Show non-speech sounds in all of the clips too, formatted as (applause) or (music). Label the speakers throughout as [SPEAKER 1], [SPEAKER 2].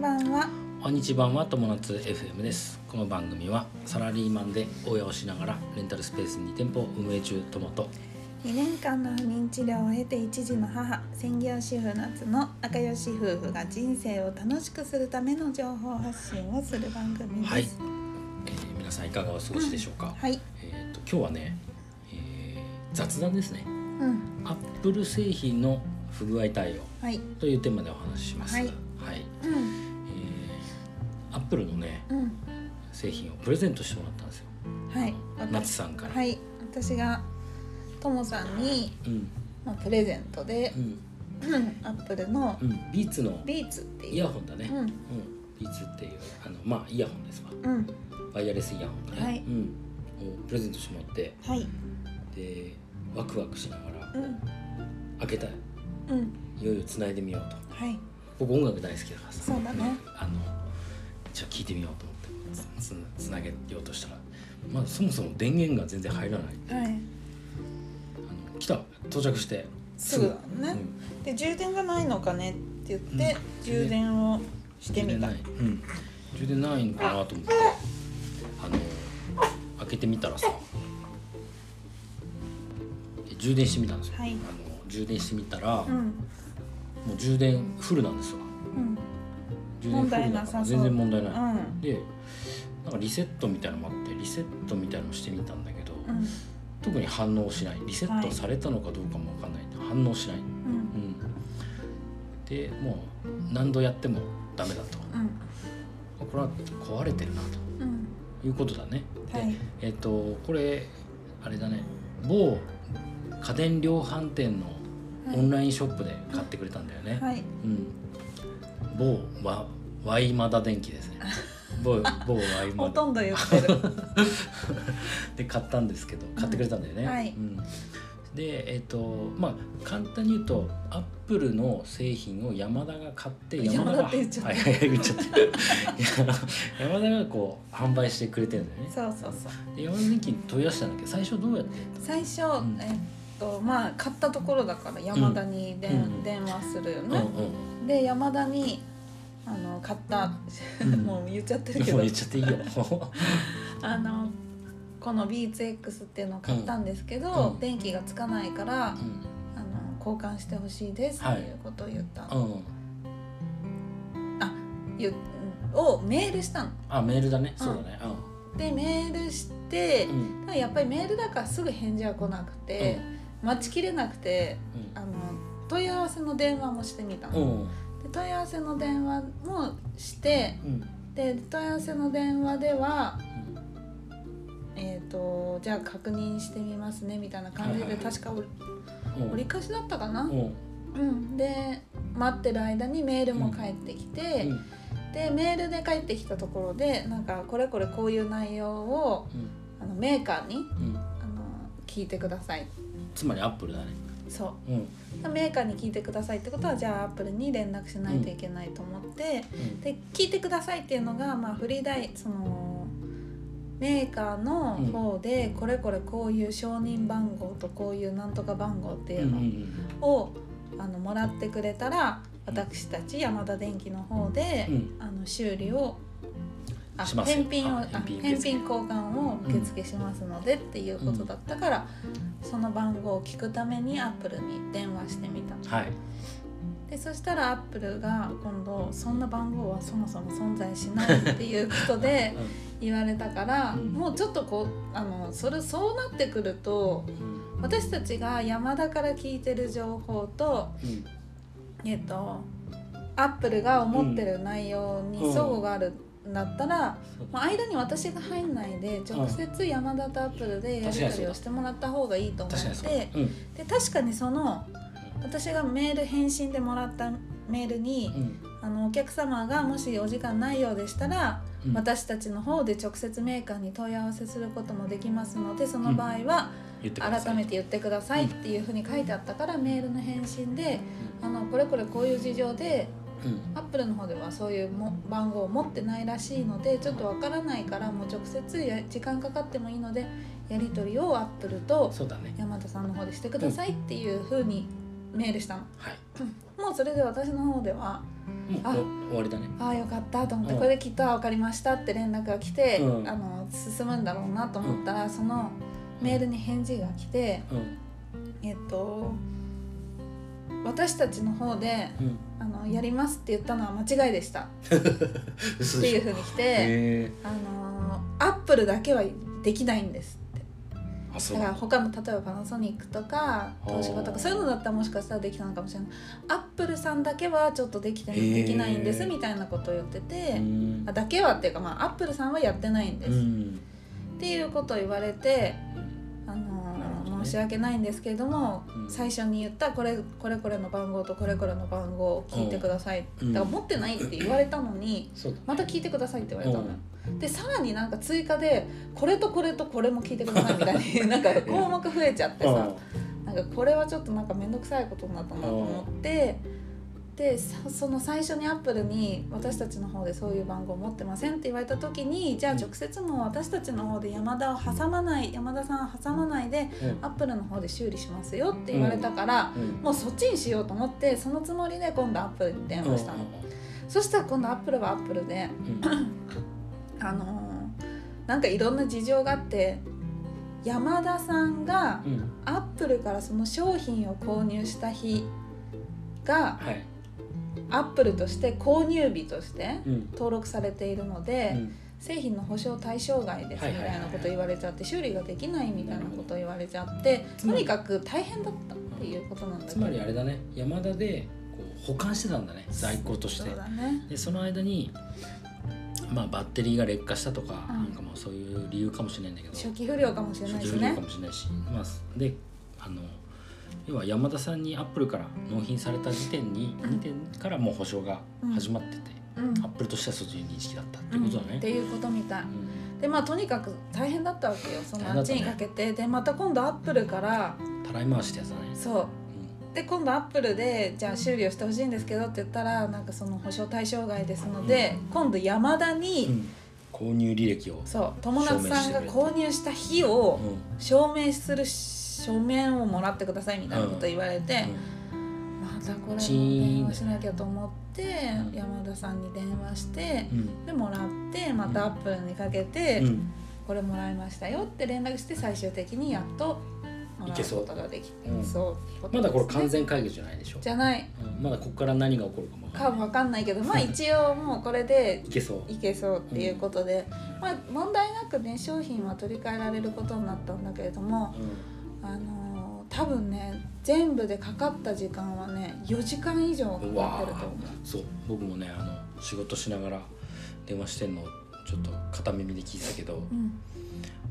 [SPEAKER 1] ばんは
[SPEAKER 2] おにちばんは友達 FM ですこの番組はサラリーマンで親をしながらレンタルスペースに店舗を運営中ともと
[SPEAKER 1] 2年間の不妊治療を経て一児の母専業主婦夏の仲良し夫婦が人生を楽しくするための情報発信をする番組です
[SPEAKER 2] はい、えー皆さんいかがお過ごしでしょうか、
[SPEAKER 1] はい
[SPEAKER 2] えっ、と今日はね、えー雑談ですね
[SPEAKER 1] うん
[SPEAKER 2] アップル製品の不具合対応
[SPEAKER 1] はい
[SPEAKER 2] というテーマでお話しします
[SPEAKER 1] はい
[SPEAKER 2] はい
[SPEAKER 1] うん
[SPEAKER 2] アップルのね
[SPEAKER 1] うん
[SPEAKER 2] 製品をプレゼントしてもらったんですよ
[SPEAKER 1] はい
[SPEAKER 2] 夏さんから、
[SPEAKER 1] はい私がともさんに、
[SPEAKER 2] うん
[SPEAKER 1] まあ、プレゼントで
[SPEAKER 2] う、ん
[SPEAKER 1] うん、アップルの
[SPEAKER 2] うんビーツの
[SPEAKER 1] ビーツって
[SPEAKER 2] イ
[SPEAKER 1] い
[SPEAKER 2] ヤ
[SPEAKER 1] う
[SPEAKER 2] ホンだね、
[SPEAKER 1] うん
[SPEAKER 2] うんビーツっていうあのまあイヤホンですわ
[SPEAKER 1] うん
[SPEAKER 2] ワイヤレスイヤホンだね、
[SPEAKER 1] はい
[SPEAKER 2] うんをプレゼントしてもらって
[SPEAKER 1] はい
[SPEAKER 2] でワクワクしながら
[SPEAKER 1] うん
[SPEAKER 2] 開けたい
[SPEAKER 1] うん
[SPEAKER 2] いよいよ繋いでみようと
[SPEAKER 1] はい
[SPEAKER 2] 僕音楽大好きだからさ
[SPEAKER 1] そうだね
[SPEAKER 2] あのじゃあ聞いてみようと思ってつつつなげようとしたらまあそもそも電源が全然入らな
[SPEAKER 1] は
[SPEAKER 2] い
[SPEAKER 1] い
[SPEAKER 2] あの来た到着して
[SPEAKER 1] すぐだね、
[SPEAKER 2] うん
[SPEAKER 1] で充電がないのかねって言って、充電をしてみた
[SPEAKER 2] 充電ない、うん、充電ないのかなと思ってあの開けてみたらさで充電してみたんですよ、
[SPEAKER 1] はい
[SPEAKER 2] あの充電してみたら、
[SPEAKER 1] う
[SPEAKER 2] も
[SPEAKER 1] ん、
[SPEAKER 2] う充電フルなんですよ
[SPEAKER 1] うん、
[SPEAKER 2] 充電フルだ
[SPEAKER 1] 問題
[SPEAKER 2] か
[SPEAKER 1] な
[SPEAKER 2] ら
[SPEAKER 1] さそう
[SPEAKER 2] 全然問題
[SPEAKER 1] う
[SPEAKER 2] ない、
[SPEAKER 1] ん、
[SPEAKER 2] でなんかリセットみたいなのもあってリセットみたいなのもしてみたんだけど、
[SPEAKER 1] うん、
[SPEAKER 2] 特に反応しないリセッ
[SPEAKER 1] は
[SPEAKER 2] ト
[SPEAKER 1] い
[SPEAKER 2] されたのかどうかも分かんない、反応しない、
[SPEAKER 1] う、
[SPEAKER 2] うんん、でもう何度やってもダメだと、
[SPEAKER 1] うん、
[SPEAKER 2] これは壊れてるなと
[SPEAKER 1] うん、
[SPEAKER 2] いうことだね。で
[SPEAKER 1] はい、
[SPEAKER 2] えっ、とこれあれだね某家電量販店の
[SPEAKER 1] はい
[SPEAKER 2] オンラインショップで買ってくれたんだよね。
[SPEAKER 1] はい、
[SPEAKER 2] うん、某ワワイマダ電
[SPEAKER 1] (laughs)
[SPEAKER 2] 機ですね。某某ワイ
[SPEAKER 1] ほ
[SPEAKER 2] マ
[SPEAKER 1] とん
[SPEAKER 2] ダ
[SPEAKER 1] ど言ってる。
[SPEAKER 2] で買ったんですけど買ってくれたんだよね。
[SPEAKER 1] うんはい
[SPEAKER 2] うんでえっ、とまあ簡単に言うとアップルの製品を山田が買って
[SPEAKER 1] 山田って言っちゃった
[SPEAKER 2] はいはいはい言っちゃったいや (laughs) 山田がこう販売してくれてるんだよ
[SPEAKER 1] (laughs)
[SPEAKER 2] ね。
[SPEAKER 1] そうそうそう。
[SPEAKER 2] で山田電機に問い合わせたんだけど最初どうやって
[SPEAKER 1] 最初、
[SPEAKER 2] ん
[SPEAKER 1] えっと、まあ、買ったところだから、山田に電、
[SPEAKER 2] うん
[SPEAKER 1] 電話するよ
[SPEAKER 2] うんう
[SPEAKER 1] ね。で、山田に、あの、買った、
[SPEAKER 2] んうん、も
[SPEAKER 1] もう言っちゃってるけ
[SPEAKER 2] う
[SPEAKER 1] ど
[SPEAKER 2] 言っ、ちゃっていいよ。
[SPEAKER 1] あの。この BXX っていうのを買ったんですけど、
[SPEAKER 2] うん
[SPEAKER 1] 電気がつかないから、
[SPEAKER 2] う
[SPEAKER 1] あの交換してほしいですっていうことを言ったの、
[SPEAKER 2] ん、うん、
[SPEAKER 1] 言ううんをメールしたの
[SPEAKER 2] あメールだね。
[SPEAKER 1] うん
[SPEAKER 2] そうだね。
[SPEAKER 1] でメールして
[SPEAKER 2] うん、う、ん、
[SPEAKER 1] ただやっぱりメールだからすぐ返事は来なくて、待ちきれなくてあの問い合わせの電話もしてみた
[SPEAKER 2] う
[SPEAKER 1] の、
[SPEAKER 2] ん、うん、
[SPEAKER 1] で問い合わせの電話もして
[SPEAKER 2] うん、
[SPEAKER 1] で問い合わせの電話では、えー、とじゃあ確認してみますねみたいな感じで、
[SPEAKER 2] はいはいはい
[SPEAKER 1] 確か折
[SPEAKER 2] うん、
[SPEAKER 1] 折り返しだったかな、
[SPEAKER 2] うん、うん、
[SPEAKER 1] うん、で待ってる間にメールも返ってきて、
[SPEAKER 2] うん、
[SPEAKER 1] でメールで返ってきたところでなんかこれこれこういう内容をあのメーカーに
[SPEAKER 2] うん、
[SPEAKER 1] あの聞いてください
[SPEAKER 2] つまりアップルだね。
[SPEAKER 1] そ
[SPEAKER 2] うん、うん、
[SPEAKER 1] うメーカーに聞いてくださいってことはじゃあアップルに連絡しないといけないと思って、で聞いてくださいっていうのが、まあ、フリーダイそのメーカーの方で、これこれこういう承認番号とこういうなんとか番号って
[SPEAKER 2] うん、、
[SPEAKER 1] いううん
[SPEAKER 2] う
[SPEAKER 1] の
[SPEAKER 2] ん、
[SPEAKER 1] を、あのもらってくれたら私たち山田電機の方で、
[SPEAKER 2] うん
[SPEAKER 1] あの修理をあ
[SPEAKER 2] しますよ
[SPEAKER 1] 返品を
[SPEAKER 2] あ
[SPEAKER 1] あ
[SPEAKER 2] 返品
[SPEAKER 1] 返
[SPEAKER 2] 受
[SPEAKER 1] 品
[SPEAKER 2] 付
[SPEAKER 1] 交換を受付しますのでっていうことだったから、その番号を聞くためにアップルに電話してみた
[SPEAKER 2] はい。
[SPEAKER 1] でそしたらアップルが今度そんな番号はそもそも存在しないっていうこと
[SPEAKER 2] (laughs)
[SPEAKER 1] で言われたから、
[SPEAKER 2] うん
[SPEAKER 1] もうちょっとこうあのそれそうなってくると
[SPEAKER 2] うん、
[SPEAKER 1] 私たちが山田から聞いてる情報と
[SPEAKER 2] うん、
[SPEAKER 1] えっとアップルが思ってる内容に
[SPEAKER 2] うん
[SPEAKER 1] 相互があるんだったら、
[SPEAKER 2] そう
[SPEAKER 1] まあ、間に私が入んないで直接山田とアップルでやり取りをしてもらった方がいいと思っ
[SPEAKER 2] 確かにそうだ
[SPEAKER 1] て。
[SPEAKER 2] うん、
[SPEAKER 1] で確かにその私がメール返信でもらったメールに
[SPEAKER 2] うん、
[SPEAKER 1] あのお客様がもしお時間ないようでしたら
[SPEAKER 2] うん、
[SPEAKER 1] 私たちの方で直接メーカーに問い合わせすることもできますのでその場合は
[SPEAKER 2] 言ってください
[SPEAKER 1] 改めて言ってくださいっていうふうに書いてあったからメールの返信であのこれこれこういう事情で
[SPEAKER 2] うん、
[SPEAKER 1] アップルの方ではそういうも番号を持ってないらしいのでちょっとわからないからもう直接や時間かかってもいいのでやり取りをアップルと
[SPEAKER 2] そうだね。
[SPEAKER 1] 山田さんの方でしてくださいっていうふうにメールしたの
[SPEAKER 2] はい。
[SPEAKER 1] もうそれで私の方では
[SPEAKER 2] もう
[SPEAKER 1] あ
[SPEAKER 2] お終わりだね
[SPEAKER 1] ああよかったと思って、
[SPEAKER 2] うん
[SPEAKER 1] これできっとあ分かりましたって連絡が来て、
[SPEAKER 2] うん
[SPEAKER 1] あの進むんだろうなと思ったら、そのメールに返事が来て
[SPEAKER 2] うん
[SPEAKER 1] えっと私たちの方で
[SPEAKER 2] うん
[SPEAKER 1] あのやりますって言ったのは間違いでした
[SPEAKER 2] 嘘
[SPEAKER 1] って
[SPEAKER 2] でし
[SPEAKER 1] い
[SPEAKER 2] ょ
[SPEAKER 1] うふうに来て、
[SPEAKER 2] へえ
[SPEAKER 1] あのアップルだけはできないんですって
[SPEAKER 2] あそう
[SPEAKER 1] だから他の例えばパナソニックとか
[SPEAKER 2] あー
[SPEAKER 1] 東芝とかそういうのだったらもしかしたらできたのかもしれないアップルさんだけはちょっとできてな
[SPEAKER 2] へー
[SPEAKER 1] できないんですみたいなことを言って
[SPEAKER 2] う
[SPEAKER 1] て、
[SPEAKER 2] ん
[SPEAKER 1] あだけはっていうか、まあ、アップルさんはやってないんで
[SPEAKER 2] う
[SPEAKER 1] す、っ
[SPEAKER 2] ん
[SPEAKER 1] ていうことを言われて、あ
[SPEAKER 2] なるほ
[SPEAKER 1] の
[SPEAKER 2] どね
[SPEAKER 1] 申し訳ないんですけれども、
[SPEAKER 2] うん
[SPEAKER 1] 最初に言ったこれこれこれの番号とこれこれの番号を聞いてください、
[SPEAKER 2] うん
[SPEAKER 1] だから持ってないって言われたのに。
[SPEAKER 2] そうだね
[SPEAKER 1] また聞いてくださいって言われたのよ、でさらになんか追加でこれとこれとこれも聞いてくださいみたいになんか項目増えちゃって
[SPEAKER 2] うん
[SPEAKER 1] さなんかこれはちょっとなんか面倒くさいことになったなと思ってでさその最初にアップルに私たちの方でそういう番号持ってませんって言われた時にじゃあ直接もう私たちの方で山田を挟まない山田さんを挟まないで
[SPEAKER 2] うん
[SPEAKER 1] アップルの方で修理しますよって言われたから、もうそっちにしようと思ってそのつもりで今度アップルに電話したの。そしたら今度アップルはアップルで
[SPEAKER 2] うん
[SPEAKER 1] あのーなんかいろんな事情があって山田さんが
[SPEAKER 2] うんうん
[SPEAKER 1] アップルからその商品を購入した日が
[SPEAKER 2] はい
[SPEAKER 1] アップルとして購入日として
[SPEAKER 2] うん
[SPEAKER 1] 登録されているの
[SPEAKER 2] う
[SPEAKER 1] で、
[SPEAKER 2] ん
[SPEAKER 1] 製品の保証対象外です
[SPEAKER 2] は
[SPEAKER 1] み
[SPEAKER 2] いはいは
[SPEAKER 1] た
[SPEAKER 2] い
[SPEAKER 1] いなこと言われちゃって修理ができないみたいなこと言われちゃって
[SPEAKER 2] つ
[SPEAKER 1] と
[SPEAKER 2] まり
[SPEAKER 1] にかく大変だったっていうことなんだけ
[SPEAKER 2] つ
[SPEAKER 1] ど
[SPEAKER 2] まりあれだね山田でこう保管してたんだね在庫として
[SPEAKER 1] そうだね
[SPEAKER 2] でその間にまあバッテリーが劣化したとか、
[SPEAKER 1] うん
[SPEAKER 2] なんかもうそういう理由かもしれないんだけど
[SPEAKER 1] 初期不良かもしれないで
[SPEAKER 2] 初
[SPEAKER 1] す
[SPEAKER 2] 期不良
[SPEAKER 1] ね
[SPEAKER 2] かもしれないし、まあ、であの要は山田さんにアップルから納品された時点に、
[SPEAKER 1] うん
[SPEAKER 2] 時点からもう保証が始まってて、
[SPEAKER 1] うん
[SPEAKER 2] アップルとしてはそういう認識だったって
[SPEAKER 1] う
[SPEAKER 2] い
[SPEAKER 1] ん
[SPEAKER 2] うことだ
[SPEAKER 1] っ
[SPEAKER 2] ね。
[SPEAKER 1] ていうことみたい
[SPEAKER 2] うん
[SPEAKER 1] でまあとにかく大変だったわけよそ
[SPEAKER 2] 大
[SPEAKER 1] の
[SPEAKER 2] 変
[SPEAKER 1] あ
[SPEAKER 2] だ
[SPEAKER 1] っ
[SPEAKER 2] っ
[SPEAKER 1] ち
[SPEAKER 2] たね
[SPEAKER 1] にかけて、でまた今度アップルから
[SPEAKER 2] たらい回しってやつだね。
[SPEAKER 1] そうで今度アップルでじゃあ修理をしてほしいんですけどって言ったらなんかその保証対象外ですので、今度山田
[SPEAKER 2] うんう
[SPEAKER 1] に、
[SPEAKER 2] ん購入履歴を、
[SPEAKER 1] そう友達さんが購入した日を
[SPEAKER 2] うん
[SPEAKER 1] 証明する書面をもらってくださいみたいなこと言われて、またこれも
[SPEAKER 2] チーン
[SPEAKER 1] 電話しなきゃと思って
[SPEAKER 2] うん
[SPEAKER 1] 山田さんに電話して
[SPEAKER 2] う。ん
[SPEAKER 1] でもらってまたアップルにかけて、
[SPEAKER 2] うんうん
[SPEAKER 1] これもらいましたよって連絡して最終的にやっともらうことができて
[SPEAKER 2] いけそううん
[SPEAKER 1] そう
[SPEAKER 2] まだこれ完
[SPEAKER 1] ですね
[SPEAKER 2] 全解決じゃないでしょ
[SPEAKER 1] じ。ゃない
[SPEAKER 2] うんまだここから何が起こるかもわか
[SPEAKER 1] か
[SPEAKER 2] んない。
[SPEAKER 1] わかんないけどまあ一応もうこれで
[SPEAKER 2] いけそう。
[SPEAKER 1] いけそうっていうことで、まあ、問題なくね商品は取り替えられることになったんだけれども、
[SPEAKER 2] う
[SPEAKER 1] あのー多分ね全部でかかった時間はね4時間以上かかって
[SPEAKER 2] ん
[SPEAKER 1] る
[SPEAKER 2] う
[SPEAKER 1] と
[SPEAKER 2] わ
[SPEAKER 1] 思う。
[SPEAKER 2] ーそう僕もねあの仕事しながら電話してんのちょっと片耳で聞いてたけど
[SPEAKER 1] うん、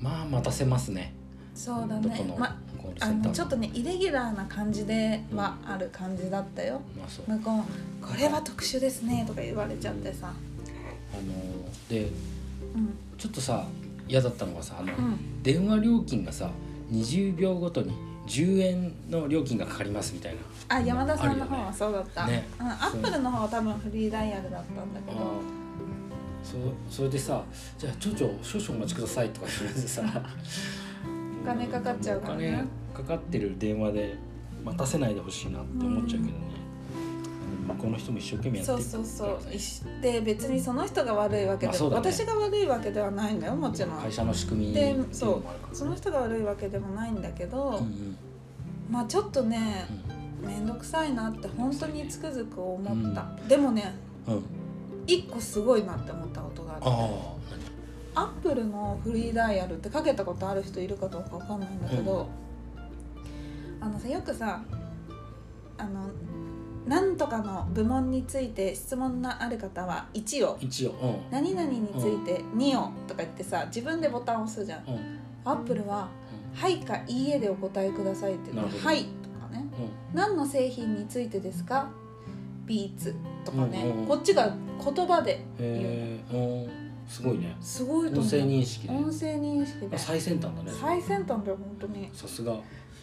[SPEAKER 2] まあ待たせますね
[SPEAKER 1] そうだ
[SPEAKER 2] どこの
[SPEAKER 1] ね、ま
[SPEAKER 2] コール
[SPEAKER 1] あ
[SPEAKER 2] センター
[SPEAKER 1] の
[SPEAKER 2] も
[SPEAKER 1] ちょっとねイレギュラーな感じではある感じだったよ、
[SPEAKER 2] まあそうあ
[SPEAKER 1] 向こうも「これは特殊ですね」とか言われちゃってさ
[SPEAKER 2] のーで
[SPEAKER 1] うん
[SPEAKER 2] ちょっとさ嫌だったのがさあの、
[SPEAKER 1] うん
[SPEAKER 2] 電話料金がさ20秒ごとに10円の料金がかかりますみたいな
[SPEAKER 1] あ山田さんの
[SPEAKER 2] ある
[SPEAKER 1] 方
[SPEAKER 2] よね
[SPEAKER 1] はそうだった、
[SPEAKER 2] ね
[SPEAKER 1] うん、アップルの方は多分フリーダイヤルだったんだけど
[SPEAKER 2] そうそれでさ「じゃあ長々少々お待ちください」とか言われてさ
[SPEAKER 1] お金かかっちゃうからね
[SPEAKER 2] お金かかってる電話で待たせないでほしいなって思っちゃうけどね、向こうの人も一生懸命やって
[SPEAKER 1] そ
[SPEAKER 2] る
[SPEAKER 1] う
[SPEAKER 2] から
[SPEAKER 1] そう
[SPEAKER 2] ね
[SPEAKER 1] そうしで別にその人が悪いわけ
[SPEAKER 2] まあ
[SPEAKER 1] で、
[SPEAKER 2] そうだね
[SPEAKER 1] 私が悪いわけではないんだよもちろん
[SPEAKER 2] 会社の仕組
[SPEAKER 1] で
[SPEAKER 2] みっていのもあるからね
[SPEAKER 1] その人が悪いわけでもないんだけど、
[SPEAKER 2] うんうん
[SPEAKER 1] まあちょっとね
[SPEAKER 2] う
[SPEAKER 1] 面倒くさいなって本当につくづく思った、でもね
[SPEAKER 2] んうん
[SPEAKER 1] 一個すごいなって思ったことがあって
[SPEAKER 2] ああ
[SPEAKER 1] アップルのフリーダイヤルってかけたことある人いるかどうかわかんないんだけど、あのさよくさあの何とかの部門について質問のある方は1を
[SPEAKER 2] 一応う
[SPEAKER 1] 何々について2をとか言ってさ自分でボタンを押すじゃん
[SPEAKER 2] んうん
[SPEAKER 1] アップルは「はい」か「いいえ」でお答えくださいって言う
[SPEAKER 2] なる
[SPEAKER 1] の
[SPEAKER 2] ほど
[SPEAKER 1] はい」とかね「何の製品についてですか?」ビーツとかね、
[SPEAKER 2] うんうんうん
[SPEAKER 1] こっちが言葉で
[SPEAKER 2] うんへえうんすごいね
[SPEAKER 1] すごいと思う
[SPEAKER 2] 音声認識ね
[SPEAKER 1] 音声認識で
[SPEAKER 2] あ最先端だね
[SPEAKER 1] 最先端だよ本当に
[SPEAKER 2] さすが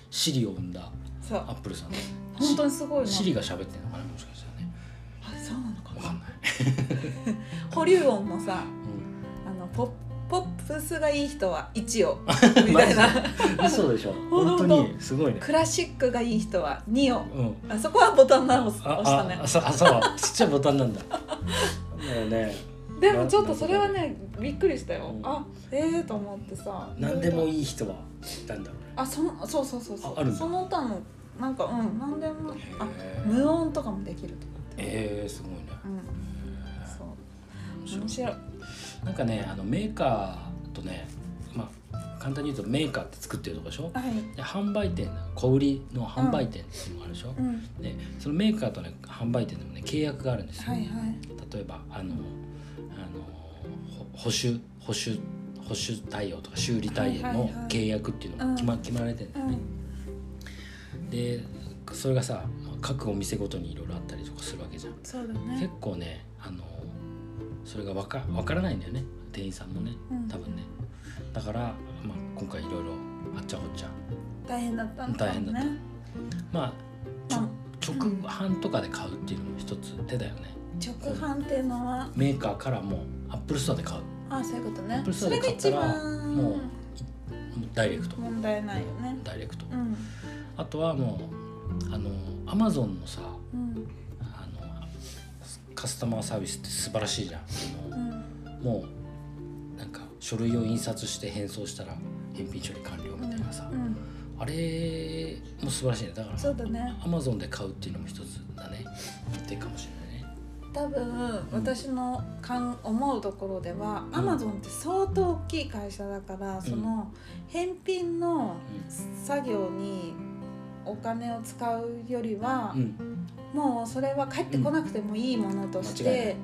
[SPEAKER 2] シリを生んだ
[SPEAKER 1] そう
[SPEAKER 2] アップルさんね
[SPEAKER 1] 本当にすごいな
[SPEAKER 2] シリが喋ってるのかなもしかしたらね
[SPEAKER 1] あそうなのか
[SPEAKER 2] わかんない、
[SPEAKER 1] 保留音もさ
[SPEAKER 2] うん
[SPEAKER 1] あのポッポップスがいい人は1をみたいな
[SPEAKER 2] 嘘でしょ
[SPEAKER 1] ほん
[SPEAKER 2] 本
[SPEAKER 1] と
[SPEAKER 2] 当にすごいね
[SPEAKER 1] クラシックがいい人は2を
[SPEAKER 2] うん
[SPEAKER 1] あそこはボタン直す押した
[SPEAKER 2] あ
[SPEAKER 1] ね
[SPEAKER 2] ああそうあそうちっちゃいボタンなんだだよね
[SPEAKER 1] でもちょっとそれはねびっくりしたよ、
[SPEAKER 2] うん
[SPEAKER 1] あええと思ってさ
[SPEAKER 2] 何でも
[SPEAKER 1] い
[SPEAKER 2] いい人はなんだろ
[SPEAKER 1] あそのそうそうそうそう
[SPEAKER 2] ああるんだ
[SPEAKER 1] その歌のなんかうん何でも
[SPEAKER 2] うね
[SPEAKER 1] あ
[SPEAKER 2] へー
[SPEAKER 1] 無音とかもできるとかって
[SPEAKER 2] えー、すごいね
[SPEAKER 1] うんそう面白い
[SPEAKER 2] なんかねあのメーカーとねまあ簡単に言うとメーカーって作ってるとこでしょ
[SPEAKER 1] はい
[SPEAKER 2] で販売店小売りの販売店っていうのがあるでしょ、
[SPEAKER 1] うん
[SPEAKER 2] でそのメーカーとね販売店でもね契約があるんですよ、
[SPEAKER 1] はいはい
[SPEAKER 2] 例えばあのあのほ保守保守保守対応とか修理対応
[SPEAKER 1] は
[SPEAKER 2] の
[SPEAKER 1] いはいはい
[SPEAKER 2] 契約っていうのが決ま,、決まられてるんだ
[SPEAKER 1] う
[SPEAKER 2] よ
[SPEAKER 1] ん
[SPEAKER 2] ね、でそれがさ各お店ごとにいろいろあったりとかするわけじゃん
[SPEAKER 1] そうだ
[SPEAKER 2] 結
[SPEAKER 1] ね
[SPEAKER 2] 構ねあのそれがわかわからないんだよね店員さんもね
[SPEAKER 1] うん
[SPEAKER 2] 多分ねだから、まあ、今回いろいろあっちゃこっちゃ
[SPEAKER 1] 大変だったのかも
[SPEAKER 2] 大変だっ
[SPEAKER 1] ね
[SPEAKER 2] まあちょ
[SPEAKER 1] まあ
[SPEAKER 2] 直販とかで買うっていうのも一つ手だよね
[SPEAKER 1] 直販っていうのは
[SPEAKER 2] メーカーからもアップルストアで買う
[SPEAKER 1] あそういうことね
[SPEAKER 2] Apple
[SPEAKER 1] そ
[SPEAKER 2] Store
[SPEAKER 1] れ
[SPEAKER 2] で
[SPEAKER 1] が
[SPEAKER 2] 買っ
[SPEAKER 1] 一
[SPEAKER 2] たら
[SPEAKER 1] 番
[SPEAKER 2] もうもうダイレクト
[SPEAKER 1] 問題ないよね
[SPEAKER 2] ダイレクト
[SPEAKER 1] うん
[SPEAKER 2] あとはもうあのアマゾンのさ
[SPEAKER 1] うん
[SPEAKER 2] あのカスタマーサービスって素晴らしいじゃんあ
[SPEAKER 1] う
[SPEAKER 2] の
[SPEAKER 1] ん
[SPEAKER 2] もうなんか書類を印刷して返送したら返品処理完了みたいなさ、
[SPEAKER 1] うん
[SPEAKER 2] あれも素晴らしいねだから
[SPEAKER 1] そうだね
[SPEAKER 2] アマゾンで買うっていうのも一つだねってかもしれないね
[SPEAKER 1] 多分私のかん思うところでは
[SPEAKER 2] ん
[SPEAKER 1] アマゾンって相当大きい会社だからその返品の作業にお金を使うよりは
[SPEAKER 2] うん、うん、
[SPEAKER 1] もうそれは返ってこなくてもいいものとし
[SPEAKER 2] 間違いない
[SPEAKER 1] て、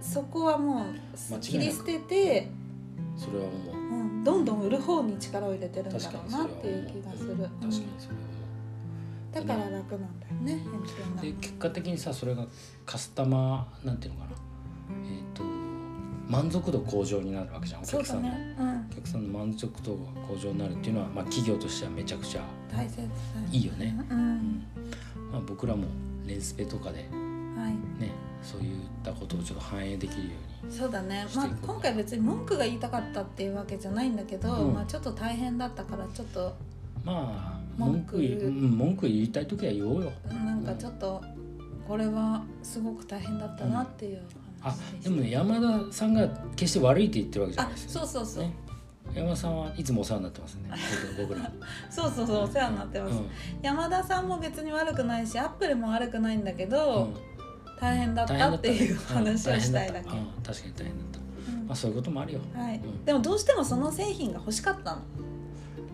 [SPEAKER 1] そそこはも
[SPEAKER 2] 間違いな
[SPEAKER 1] う
[SPEAKER 2] く
[SPEAKER 1] 切り捨てて、
[SPEAKER 2] うん、それはもう
[SPEAKER 1] うん、どんどん売る方に力を入れてるんだ
[SPEAKER 2] 確か
[SPEAKER 1] ろ
[SPEAKER 2] に
[SPEAKER 1] う
[SPEAKER 2] そ
[SPEAKER 1] な
[SPEAKER 2] れは
[SPEAKER 1] っ
[SPEAKER 2] もう
[SPEAKER 1] ていう気がする
[SPEAKER 2] うん確かにそれはも
[SPEAKER 1] うんだから楽なんだよね
[SPEAKER 2] うで
[SPEAKER 1] 返
[SPEAKER 2] 結果的にさそれがカスタマーなんていうのかなえっ、と満足度向上になるわけじゃんお
[SPEAKER 1] 品がそうだ
[SPEAKER 2] 客さんの、
[SPEAKER 1] ね、うん
[SPEAKER 2] お、客さんの満足度が向上になるっていうのは、まあ、企業としてはめちゃくちゃ、
[SPEAKER 1] 大切だ
[SPEAKER 2] いいよね
[SPEAKER 1] う
[SPEAKER 2] うんんまあ、僕らもレンスペとかで
[SPEAKER 1] はい
[SPEAKER 2] ねそういったことをちょっと反映できるように
[SPEAKER 1] そうだね
[SPEAKER 2] し
[SPEAKER 1] ま
[SPEAKER 2] て
[SPEAKER 1] あ
[SPEAKER 2] いこう
[SPEAKER 1] 今回別に文句が言いたかったっていうわけじゃないんだけど、
[SPEAKER 2] うん
[SPEAKER 1] まあちょっと大変だったからちょっと
[SPEAKER 2] まあ
[SPEAKER 1] 文
[SPEAKER 2] 文
[SPEAKER 1] 句
[SPEAKER 2] 句言うん文句言いたい時は言おうよ
[SPEAKER 1] なんかちょっとこれはすごく大変だったなっていう
[SPEAKER 2] あ
[SPEAKER 1] 話した
[SPEAKER 2] でもね山田さんが決して悪いって言ってるわけじゃ
[SPEAKER 1] あ
[SPEAKER 2] ないです
[SPEAKER 1] そう
[SPEAKER 2] よ
[SPEAKER 1] そうそう、
[SPEAKER 2] ね山田さんはいつもお世話になってます
[SPEAKER 1] (laughs)
[SPEAKER 2] ね僕僕ら
[SPEAKER 1] そうそうそうお世話になってます、
[SPEAKER 2] うん
[SPEAKER 1] 山田さんも別に悪くないしアップルも悪くないんだけ
[SPEAKER 2] う
[SPEAKER 1] ど、
[SPEAKER 2] ん
[SPEAKER 1] 大変だっ
[SPEAKER 2] 大変
[SPEAKER 1] た
[SPEAKER 2] だ
[SPEAKER 1] っていう話をしたいだ
[SPEAKER 2] うん
[SPEAKER 1] け、
[SPEAKER 2] 大変ったうん確かに大変だった
[SPEAKER 1] うん
[SPEAKER 2] まあそういうこともあるよ
[SPEAKER 1] はい、
[SPEAKER 2] うん
[SPEAKER 1] でもどうしてもその製品が欲しかったの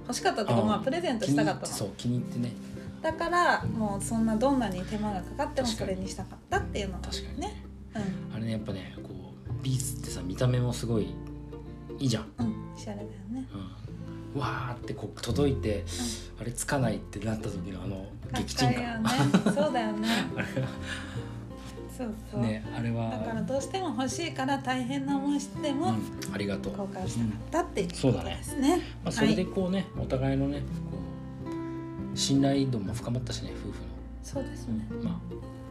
[SPEAKER 1] 欲しかったっていうか
[SPEAKER 2] あ
[SPEAKER 1] まあプレゼントしたかっ
[SPEAKER 2] 気に入
[SPEAKER 1] た
[SPEAKER 2] て
[SPEAKER 1] の
[SPEAKER 2] そう気に入ってね
[SPEAKER 1] だからもうそんなどんなに手間がかかっても
[SPEAKER 2] 確
[SPEAKER 1] そ
[SPEAKER 2] かに
[SPEAKER 1] れにしたかったっていうのが
[SPEAKER 2] 確かにね
[SPEAKER 1] う
[SPEAKER 2] あれねやっぱねこうビーズってさ見た目もすごいいいじゃん
[SPEAKER 1] んうんしゃれだよね
[SPEAKER 2] うんわーってこう届いてあれつかないってなった時のあの激
[SPEAKER 1] かっ
[SPEAKER 2] 鎮
[SPEAKER 1] こいいよ
[SPEAKER 2] 感
[SPEAKER 1] ねそうだよ
[SPEAKER 2] (laughs)
[SPEAKER 1] ねそうそう、
[SPEAKER 2] ねあれは
[SPEAKER 1] だからどうしても欲しいから大変な思いして
[SPEAKER 2] う
[SPEAKER 1] も
[SPEAKER 2] んありがとう
[SPEAKER 1] 後悔し
[SPEAKER 2] う
[SPEAKER 1] なんかったっていう
[SPEAKER 2] そう
[SPEAKER 1] こ
[SPEAKER 2] だ
[SPEAKER 1] と
[SPEAKER 2] ね
[SPEAKER 1] ですね、
[SPEAKER 2] まあ、それでこうね、お互いのねこう信頼度も深まったしね夫婦
[SPEAKER 1] そうですね
[SPEAKER 2] の、まあ、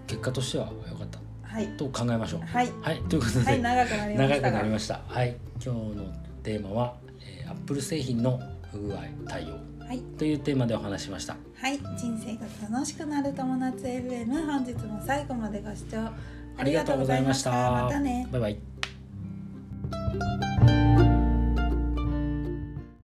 [SPEAKER 2] 結果としては良かった
[SPEAKER 1] はい
[SPEAKER 2] と考えましょう。
[SPEAKER 1] はい
[SPEAKER 2] はい、ということで、
[SPEAKER 1] はい長くなりま
[SPEAKER 2] 長
[SPEAKER 1] した
[SPEAKER 2] くな
[SPEAKER 1] が
[SPEAKER 2] りました。はい、今日のテーマは、えー、アップル製品の不具合対応
[SPEAKER 1] はい
[SPEAKER 2] というテーマでお話ししました。
[SPEAKER 1] はい人生が楽しくなる友達 FM 本日も最後までご視聴あ
[SPEAKER 2] あ
[SPEAKER 1] り
[SPEAKER 2] り
[SPEAKER 1] が
[SPEAKER 2] が
[SPEAKER 1] と
[SPEAKER 2] と
[SPEAKER 1] うご
[SPEAKER 2] うご
[SPEAKER 1] ざい
[SPEAKER 2] ざい
[SPEAKER 1] ま
[SPEAKER 2] ま
[SPEAKER 1] し
[SPEAKER 2] したた。
[SPEAKER 1] またね
[SPEAKER 2] バイバイ。